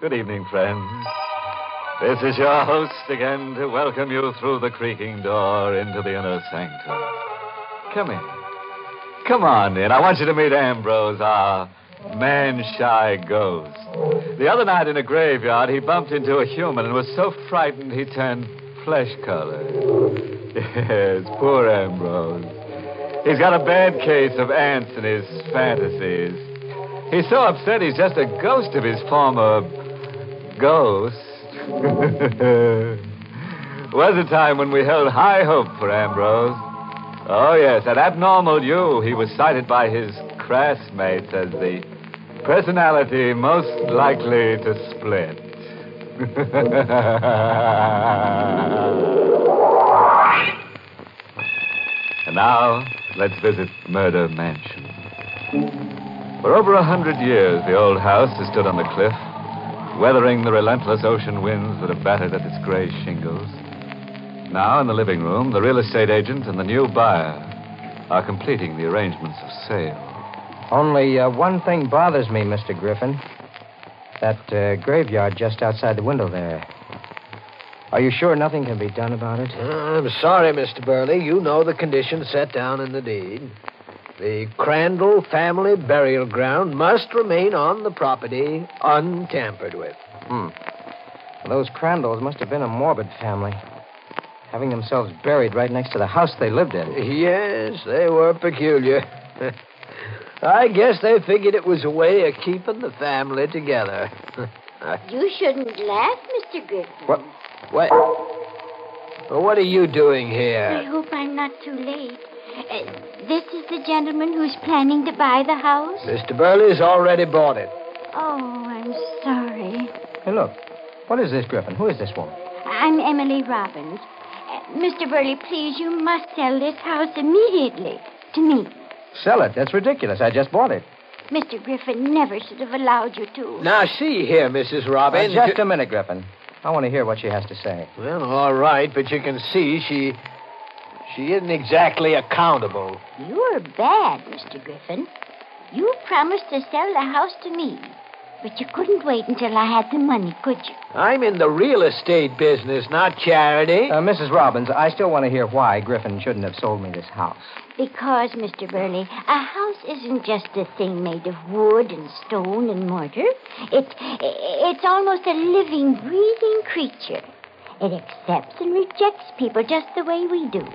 Good evening, friends. This is your host again to welcome you through the creaking door into the inner sanctum. Come in. Come on in. I want you to meet Ambrose, our man shy ghost. The other night in a graveyard, he bumped into a human and was so frightened he turned flesh color. Yes, poor Ambrose. He's got a bad case of ants in his fantasies. He's so upset he's just a ghost of his former ghost. Was a time when we held high hope for Ambrose. Oh, yes, at abnormal you, he was cited by his classmates as the personality most likely to split. and now, let's visit Murder Mansion. For over a hundred years, the old house has stood on the cliff, weathering the relentless ocean winds that have battered at its gray shingles. Now, in the living room, the real estate agent and the new buyer are completing the arrangements of sale. Only uh, one thing bothers me, Mr. Griffin. That uh, graveyard just outside the window there. Are you sure nothing can be done about it? Uh, I'm sorry, Mr. Burley. You know the conditions set down in the deed. The Crandall family burial ground must remain on the property untampered with. Mm-hmm. Those Crandalls must have been a morbid family, having themselves buried right next to the house they lived in. Yes, they were peculiar. I guess they figured it was a way of keeping the family together. You shouldn't laugh, Mr. Griffin. What? what? Well, what are you doing I here? hope I'm not too late. Uh, this is the gentleman who's planning to buy the house? Mr. Burley's already bought it. Oh, I'm sorry. Hey, look. What is this, Griffin? Who is this woman? I'm Emily Robbins. Uh, Mr. Burley, please, you must sell this house immediately to me. Sell it. That's ridiculous. I just bought it. Mr. Griffin never should have allowed you to. Now, see here, Mrs. Robbins. Uh, just a minute, Griffin. I want to hear what she has to say. Well, all right, but you can see she. She isn't exactly accountable. You're bad, Mr. Griffin. You promised to sell the house to me, but you couldn't wait until I had the money, could you? I'm in the real estate business, not charity. Uh, Mrs. Robbins, I still want to hear why Griffin shouldn't have sold me this house. Because, Mr. Burley, a house isn't just a thing made of wood and stone and mortar. It, it's almost a living, breathing creature. It accepts and rejects people just the way we do.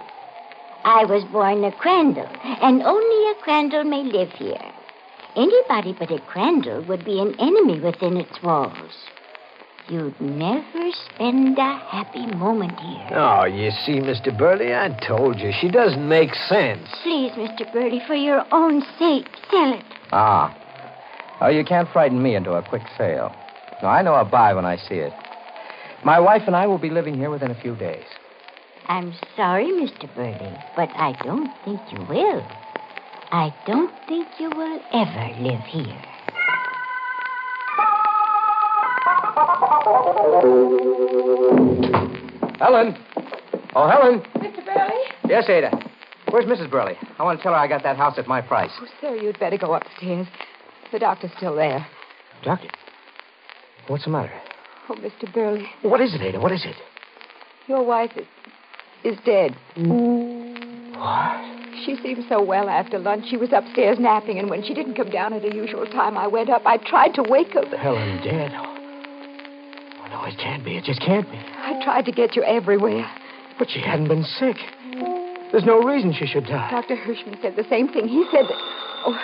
I was born a Crandall, and only a Crandall may live here. Anybody but a Crandall would be an enemy within its walls. You'd never spend a happy moment here. Oh, you see, Mr. Burley, I told you. She doesn't make sense. Please, Mr. Burley, for your own sake, sell it. Ah. Oh, you can't frighten me into a quick sale. No, I know a buy when I see it. My wife and I will be living here within a few days. I'm sorry, Mr. Burley, but I don't think you will. I don't think you will ever live here. Helen! Oh, Helen! Mr. Burley? Yes, Ada. Where's Mrs. Burley? I want to tell her I got that house at my price. Oh, sir, you'd better go upstairs. The doctor's still there. Doctor? What's the matter? Oh, Mr. Burley, What is it, Ada? What is it? your wife is, is dead. What? She seemed so well after lunch. She was upstairs napping, and when she didn't come down at the usual time, I went up. I tried to wake her, but Helen dead? Oh, no, it can't be. It just can't be. I tried to get you everywhere. But she hadn't been sick. There's no reason she should die. Dr. Hirschman said the same thing. He said that. Oh.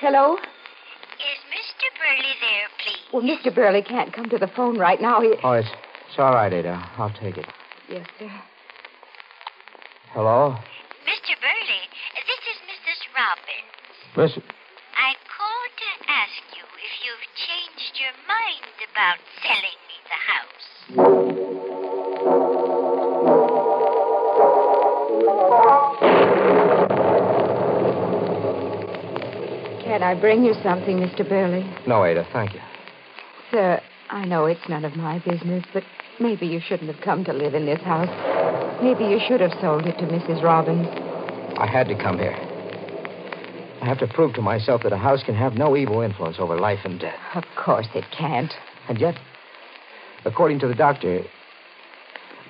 Hello? Is Mr. Burley there, please? Well, Mr. Burley can't come to the phone right now. He... Oh, it's, it's all right, Ada. I'll take it. Yes, sir. Hello? Mr. Burley, this is Mrs. Robbins. Miss. I called to ask you if you've changed your mind about selling me the house. Can I bring you something, Mr. Burley? No, Ada, thank you. Sir, I know it's none of my business, but maybe you shouldn't have come to live in this house. Maybe you should have sold it to Mrs. Robbins. I had to come here. I have to prove to myself that a house can have no evil influence over life and death. Of course it can't. And yet, according to the doctor,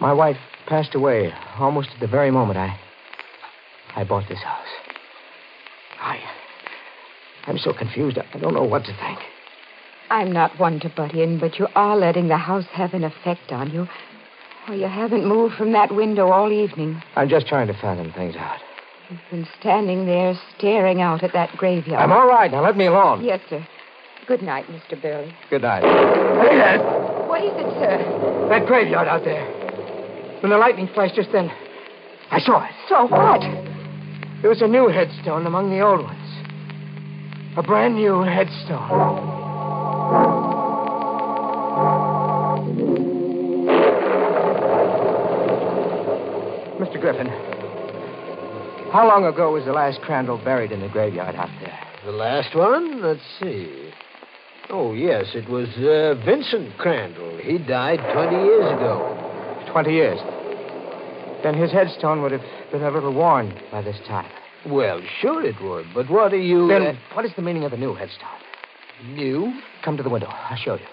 my wife passed away almost at the very moment I I bought this house. I I'm so confused. I don't know what to think. I'm not one to butt in, but you are letting the house have an effect on you. Well, you haven't moved from that window all evening. I'm just trying to fathom things out. You've been standing there staring out at that graveyard. I'm all right. Now let me alone. Yes, sir. Good night, Mr. Burley. Good night. Hey, that, What is it, sir? that graveyard out there. When the lightning flashed just then, I saw it. So what? There was a new headstone among the old ones. A brand new headstone. Mr. Griffin, how long ago was the last Crandall buried in the graveyard out there? The last one? Let's see. Oh, yes, it was uh, Vincent Crandall. He died 20 years ago. Twenty years. Then his headstone would have been a little worn by this time. Well, sure it would, but what are you. Then what is the meaning of the new headstone? uh, new? Come to the window. I'll show you.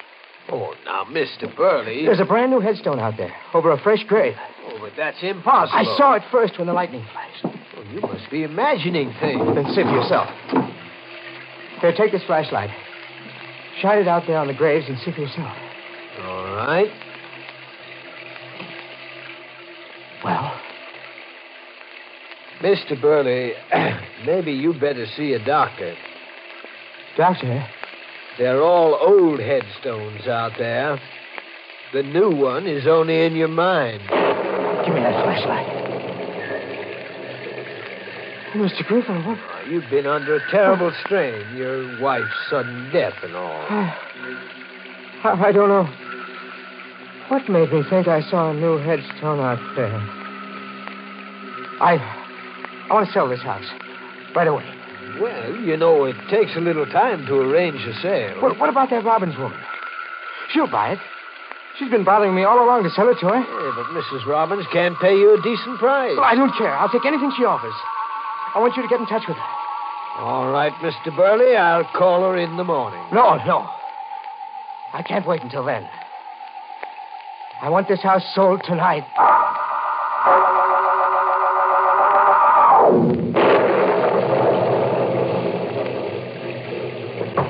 Oh, now, Mr. Burley. There's a brand new headstone out there over a fresh grave. Oh, but that's impossible. I saw it first when the lightning flashed. Oh, you must be imagining things. Then see for yourself. Here, take this flashlight. Shine it out there on the graves and see for yourself. All right. Well, Mr. Burley, maybe you better see a doctor. doctor, They're all old headstones out there. The new one is only in your mind. give me that flashlight. Mr. Griffin, what? Uh, You've been under a terrible strain, your wife's sudden death and all. I, I don't know. What made me think I saw a new headstone out there? I, I want to sell this house right away. Well, you know, it takes a little time to arrange a sale. What, what about that Robbins woman? She'll buy it. She's been bothering me all along to sell it to her. Yeah, but Mrs. Robbins can't pay you a decent price. Well, I don't care. I'll take anything she offers. I want you to get in touch with her. All right, Mr. Burley, I'll call her in the morning. No, no. I can't wait until then. I want this house sold tonight.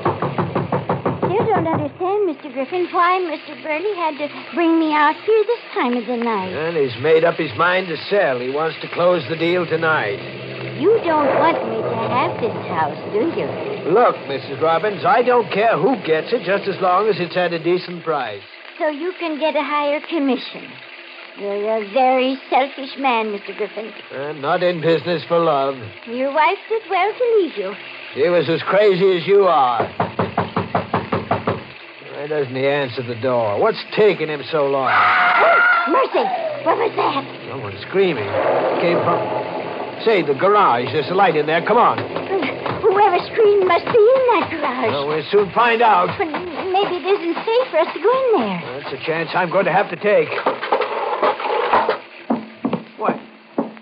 You don't understand, Mr. Griffin, why Mr. Burley had to bring me out here this time of the night. And he's made up his mind to sell. He wants to close the deal tonight. You don't want me to have this house, do you? Look, Mrs. Robbins, I don't care who gets it just as long as it's at a decent price. So you can get a higher commission. You're a very selfish man, Mr. Griffin. I'm Uh, not in business for love. Your wife did well to leave you. She was as crazy as you are. Why doesn't he answer the door? What's taking him so long? Oh, Mercy! What was that? Someone's screaming. Came from. Say, the garage. There's a light in there. Come on. Whoever screamed must be in that garage. Well, we'll soon find out. But Maybe it isn't safe for us to go in there. That's a chance I'm going to have to take. What?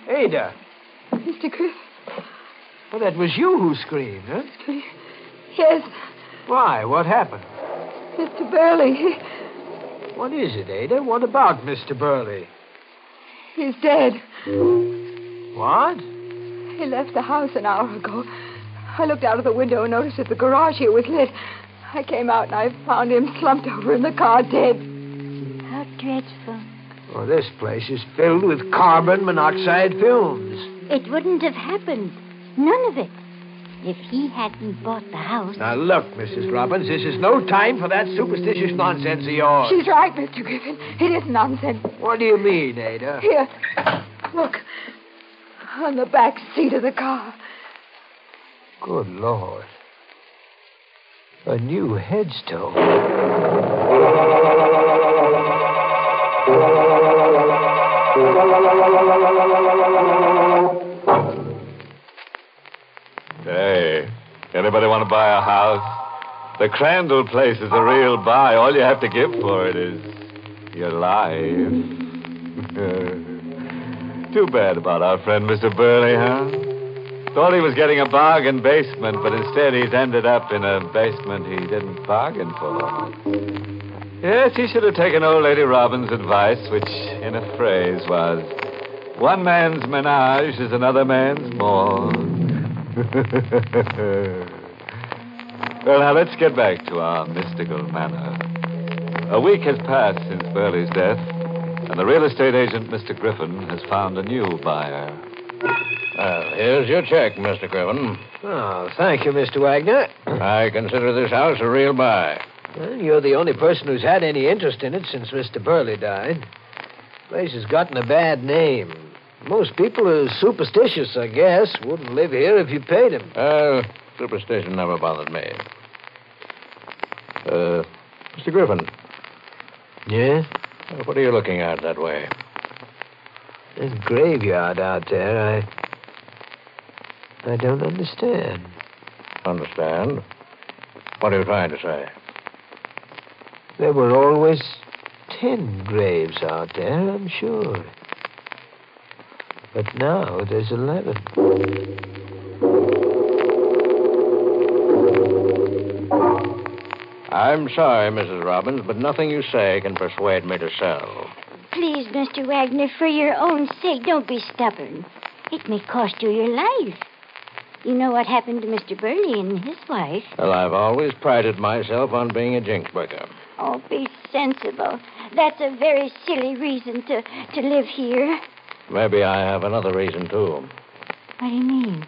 Ada. Mr. Griffin. Well, that was you who screamed, huh? Yes, Why? What happened? Mr. Burley. He, What is it, Ada? What about Mr. Burley? he's dead. What? He left the house an hour ago. I looked out of the window and noticed that the garage here was lit. I came out and I found him slumped over in the car dead. How dreadful. Oh, this place is filled with carbon monoxide fumes. It wouldn't have happened. None of it. If he hadn't bought the house. Now, look, Mrs. Robbins, this is no time for that superstitious nonsense of yours. She's right, Mr. Griffin. It is nonsense. What do you mean, Ada? Here, look. On the back seat of the car. Good Lord. A new headstone. Hey, anybody want to buy a house? The Crandall place is a real buy. All you have to give for it is your life. Too bad about our friend Mr. Burley, huh? Thought he was getting a bargain basement, but instead he's ended up in a basement he didn't bargain for. Yes, he should have taken old Lady Robin's advice, which, in a phrase, was one man's menage is another man's maw. well, now let's get back to our mystical manor. A week has passed since Burley's death, and the real estate agent, Mr. Griffin, has found a new buyer. Well, here's your check, Mr. Griffin. Oh, thank you, Mr. Wagner. I consider this house a real buy. Well, you're the only person who's had any interest in it since Mr. Burley died. The place has gotten a bad name. Most people are superstitious, I guess. Wouldn't live here if you paid them. Uh, superstition never bothered me. Uh, Mr. Griffin, Yeah? what are you looking at that way? There's a graveyard out there. I. I don't understand. Understand? What are you trying to say? There were always ten graves out there, I'm sure. But now there's eleven. I'm sorry, Mrs. Robbins, but nothing you say can persuade me to sell. Please, Mr. Wagner, for your own sake, don't be stubborn. It may cost you your life. You know what happened to Mr. Burley and his wife. Well, I've always prided myself on being a jinxburger. Oh, be sensible. That's a very silly reason to, to live here. Maybe I have another reason, too. What do you mean?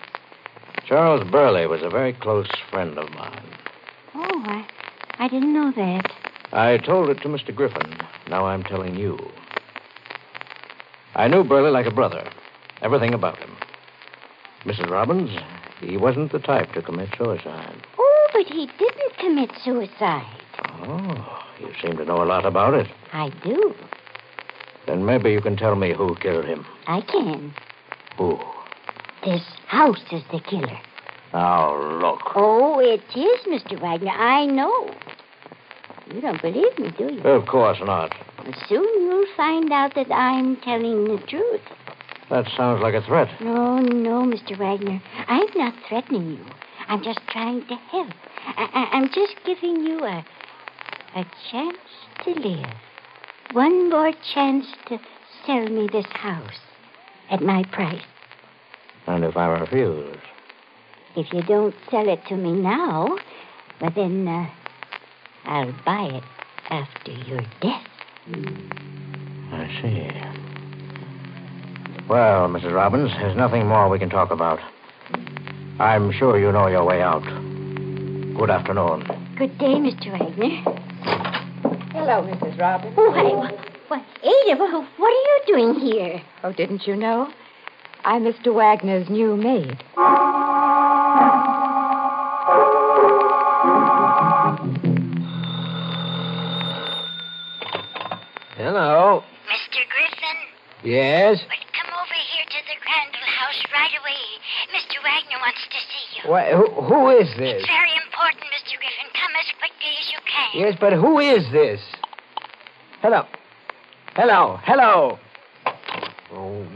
Charles Burley was a very close friend of mine. Oh, I, I didn't know that. I told it to Mr. Griffin. Now I'm telling you. I knew Burley like a brother. Everything about him. Mrs. Robbins, he wasn't the type to commit suicide. Oh, but he didn't commit suicide. Oh, you seem to know a lot about it. I do. Then maybe you can tell me who killed him. I can. Who? This house is the killer. Now, look. Oh, it is, Mr. Wagner. I know. You don't believe me, do you? Of course not. Well, soon you'll find out that I'm telling the truth. That sounds like a threat. No, no, Mr. Wagner. I'm not threatening you. I'm just trying to help. I- I- am just giving you a, a chance to live. One more chance to sell me this house at my price. And if I refuse? If you don't sell it to me now, well, then uh, I'll buy it after your death. I see. Well, Mrs. Robbins, there's nothing more we can talk about. I'm sure you know your way out. Good afternoon. Good day, Mr. Wagner. Oh, Hello, Mrs. Robbins. Why, why, Ada, wha- what are you doing here? Oh, didn't you know? I'm Mr. Wagner's new maid. Hello? Mr. Griffin, Yes? well, come over here to the Crandall house right away. Mr. Wagner wants to see you. Why, who, who is this? It's very important, Mr. Griffin. Come as quickly as you can. Yes, but who is this? Hello. Hello. Hello. Oh.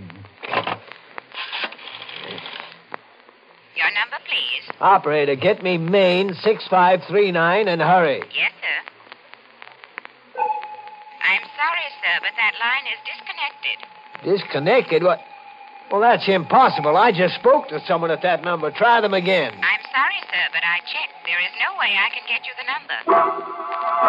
Your number, please. Operator, get me main 6539 and hurry. Yes, sir. I'm sorry, sir, but that line is disconnected. Disconnected? What? Well, that's impossible. I just spoke to someone at that number. Try them again. I'm sorry, sir, but I checked. There is no way I can get you the number.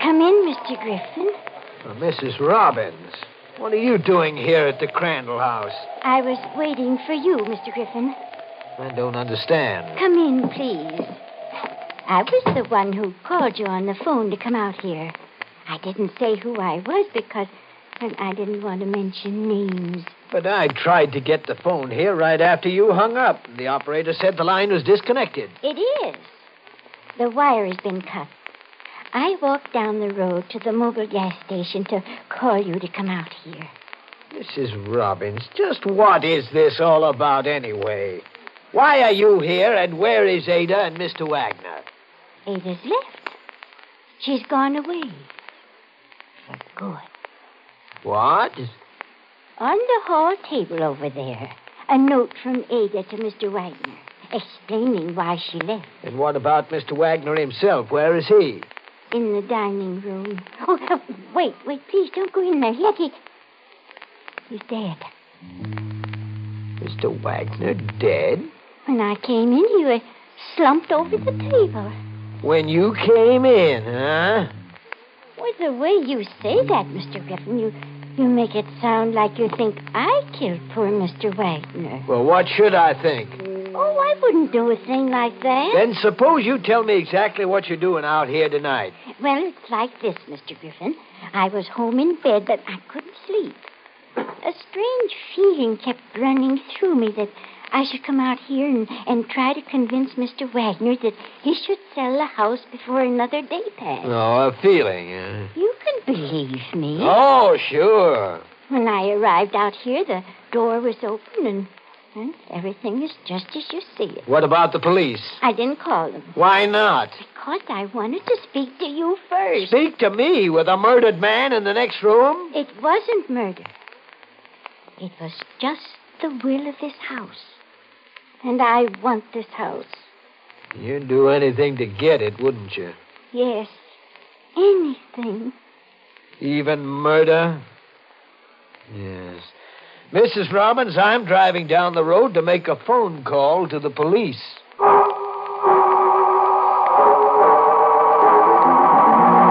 Come in, Mr. Griffin. Uh, Mrs. Robbins, what are you doing here at the Crandall house? I was waiting for you, Mr. Griffin. I don't understand. Come in, please. I was the one who called you on the phone to come out here. I didn't say who I was because well, I didn't want to mention names. But I tried to get the phone here right after you hung up. The operator said the line was disconnected. It is. The wire has been cut. I walked down the road to the mobile gas station to call you to come out here. Mrs. Robbins, just what is this all about anyway? Why are you here and where is Ada and Mr. Wagner? Ada's left. She's gone away. For good. What? On the hall table over there, a note from Ada to Mr. Wagner explaining why she left And what about Mr. Wagner himself? Where is he? in the dining room. Oh, oh, wait, wait, please don't go in there. Lucky. He's dead. Mr. Wagner dead? When I came in, he was slumped over the table. When you came in, huh? Well, the way you say that, Mr. Griffin, you, you make it sound like you think I killed poor Mr. Wagner. Well, what should I think? Oh, I wouldn't do a thing like that. Then suppose you tell me exactly what you're doing out here tonight. Well, it's like this, Mr. Griffin. I was home in bed, but I couldn't sleep. A strange feeling kept running through me that I should come out here and, and try to convince Mr. Wagner that he should sell the house before another day passed. No, a feeling. huh? You can believe me. Oh, sure. When I arrived out here, the door was open and, and everything is just as you see it. What about the police? I didn't call them Why not? because I wanted to speak to you first. Speak to me with a murdered man in the next room? It wasn't murder. It was just the will of this house. And I want this house. You'd do anything to get it, wouldn't you? Yes. Anything. Even murder? Yes. Mrs. Robbins, I'm driving down the road to make a phone call to the police.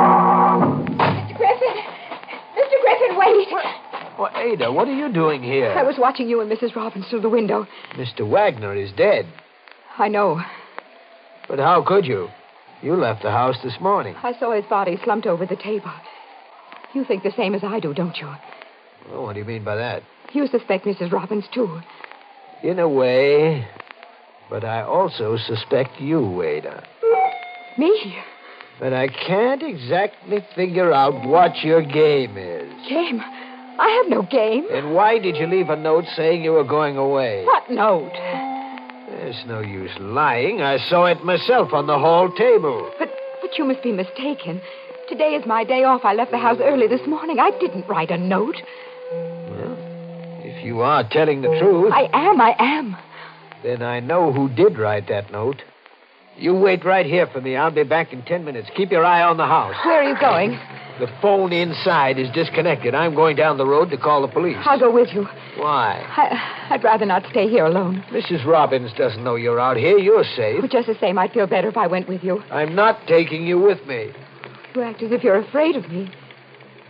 Mr. Griffin! Mr. Griffin, wait! Well, Ada, what are you doing here? I was watching you and Mrs. Robbins through the window. Mr. Wagner is dead. I know. But how could you? You left the house this morning. I saw his body slumped over the table. You think the same as I do, don't you? Well, what do you mean by that? You suspect Mrs. Robbins, too. In a way. But I also suspect you, Ada. Me? But I can't exactly figure out what your game is. Game? I have no game. And why did you leave a note saying you were going away? What note? There's no use lying. I saw it myself on the hall table. But, but you must be mistaken. Today is my day off. I left the house early this morning. I didn't write a note. If you are telling the truth, I am, I am. then I know who did write that note. You wait right here for me. I'll be back in ten minutes. Keep your eye on the house. Where are you going? The phone inside is disconnected. I'm going down the road to call the police. I'll go with you. Why? I, I'd rather not stay here alone. Mrs. Robbins doesn't know you're out here. You're safe. But just the same, I'd feel better if I went with you. I'm not taking you with me. You act as if you're afraid of me.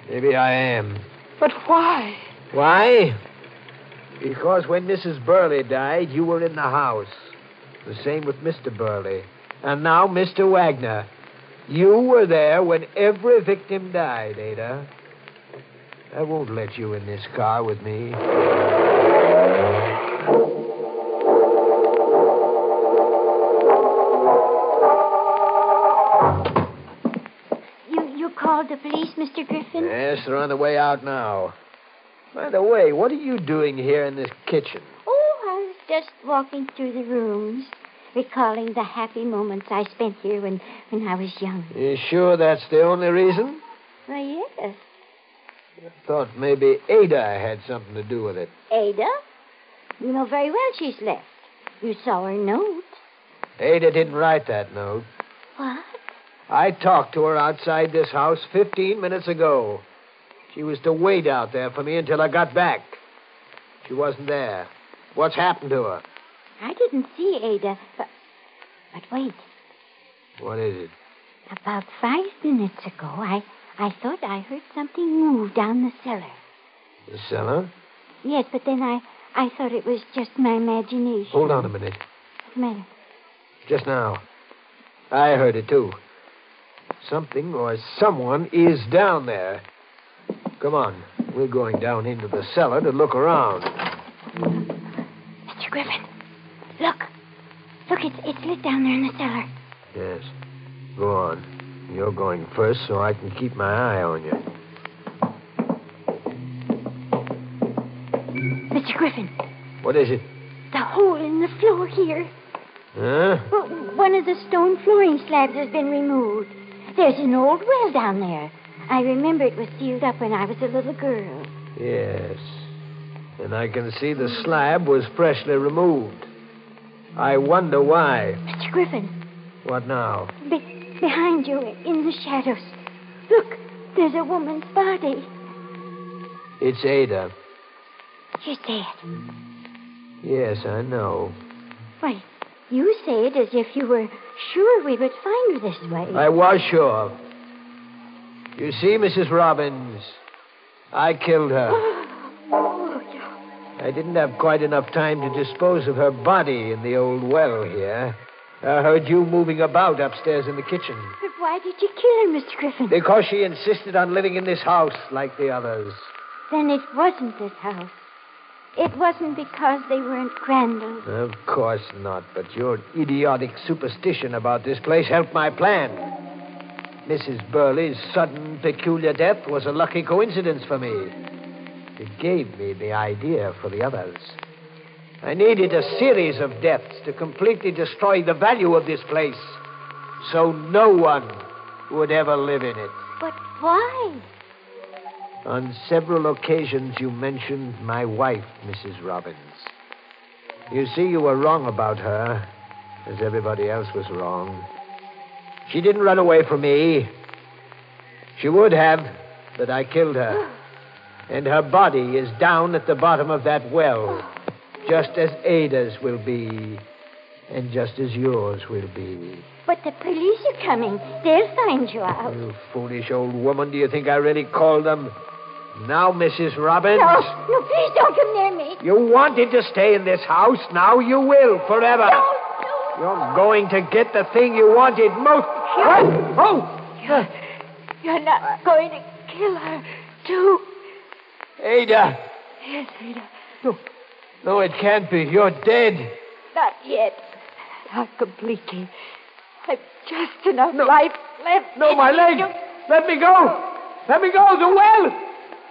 Maybe I am. But why? Why? Because when Mrs. Burley died, you were in the house. The same with Mr. Burley. And now Mr. Wagner. You were there when every victim died, Ada. I won't let you in this car with me. You, you called the police, Mr. Griffin? Yes, they're on the way out now. By the way, what are you doing here in this kitchen? Oh, I was just walking through the rooms, recalling the happy moments I spent here when, when I was young. You sure that's the only reason? Why, yes. Thought maybe Ada had something to do with it. Ada? You know very well she's left. You saw her note. Ada didn't write that note. What? I talked to her outside this house 15 minutes ago. She was to wait out there for me until I got back. She wasn't there. What's happened to her? I didn't see Ada, but, but wait. What is it? About five minutes ago, I, I thought I heard something move down the cellar. The cellar? Yes, but then I, I thought it was just my imagination. Oh. Hold on a minute. What's the matter? Just now. I heard it, too. Something or someone is down there. Come on. We're going down into the cellar to look around. Mr. Griffin, look. Look, it's, it's lit down there in the cellar. Yes. Go on. You're going first so I can keep my eye on you. Mr. Griffin, What is it? the hole in the floor here. Huh? Well, one of the stone flooring slabs has been removed. There's an old well down there. I remember it was sealed up when I was a little girl. Yes. And I can see the slab was freshly removed. I wonder why. Mr. Griffin, What now? be- behind you in the shadows. Look, there's a woman's body. It's Ada. You say it. Yes, I know. Why, you say it as if you were sure we would find her this way. I was sure. You see, Mrs. Robbins, I killed her. Oh, yeah. I didn't have quite enough time to dispose of her body in the old well here. I heard you moving about upstairs in the kitchen. But why did you kill her, Mr. Griffin? Because she insisted on living in this house like the others. Then it wasn't this house. It wasn't because they weren't Crandall's. Of course not, but your idiotic superstition about this place helped my plan. Mrs. Burley's sudden, peculiar death was a lucky coincidence for me. It gave me the idea for the others. I needed a series of deaths to completely destroy the value of this place, so no one would ever live in it. But why? On several occasions, you mentioned my wife, Mrs. Robbins. You see, you were wrong about her, as everybody else was wrong. She didn't run away from me. She would have, but I killed her. And her body is down at the bottom of that well, just as Ada's will be, and just as yours will be. But the police are coming. They'll find you out. You foolish old woman, do you think I really called them? Now, Mrs. Robbins. No, no, please don't come near me. You wanted to stay in this house. Now you will, forever. Don't, You're don't. going to get the thing you wanted most. Oh, You're not going to kill her, too. Ada. Yes, Ada. No, it can't be. You're dead. Not yet. Not completely. I've just enough life left. No, Oh, my leg. Let me go. Let me go. The well.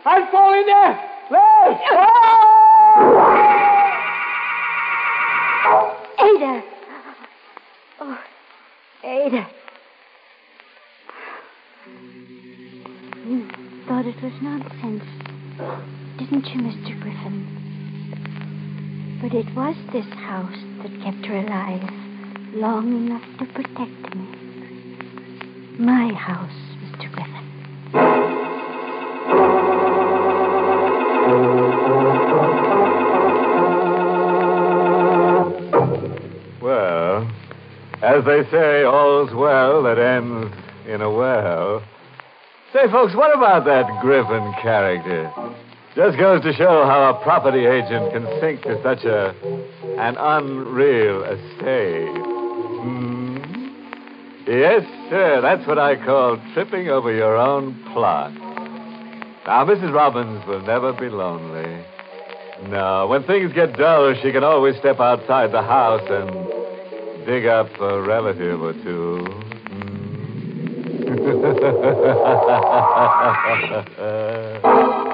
I'll fall in there. Let. Ada. Oh, Ada. You Hmm, thought it was nonsense, didn't you, Mr. Griffin? But it was this house that kept her alive long enough to protect me. My house, Mr. Griffin. Well, as they say, all's well that ends in a well. Say, folks, what about that Griffin character? Just goes to show how a property agent can sink to such a an unreal estate. Hmm? Yes, sir, that's what I call tripping over your own plot. Now, Mrs. Robbins will never be lonely. No, when things get dull, she can always step outside the house and dig up a relative or two. Hmm.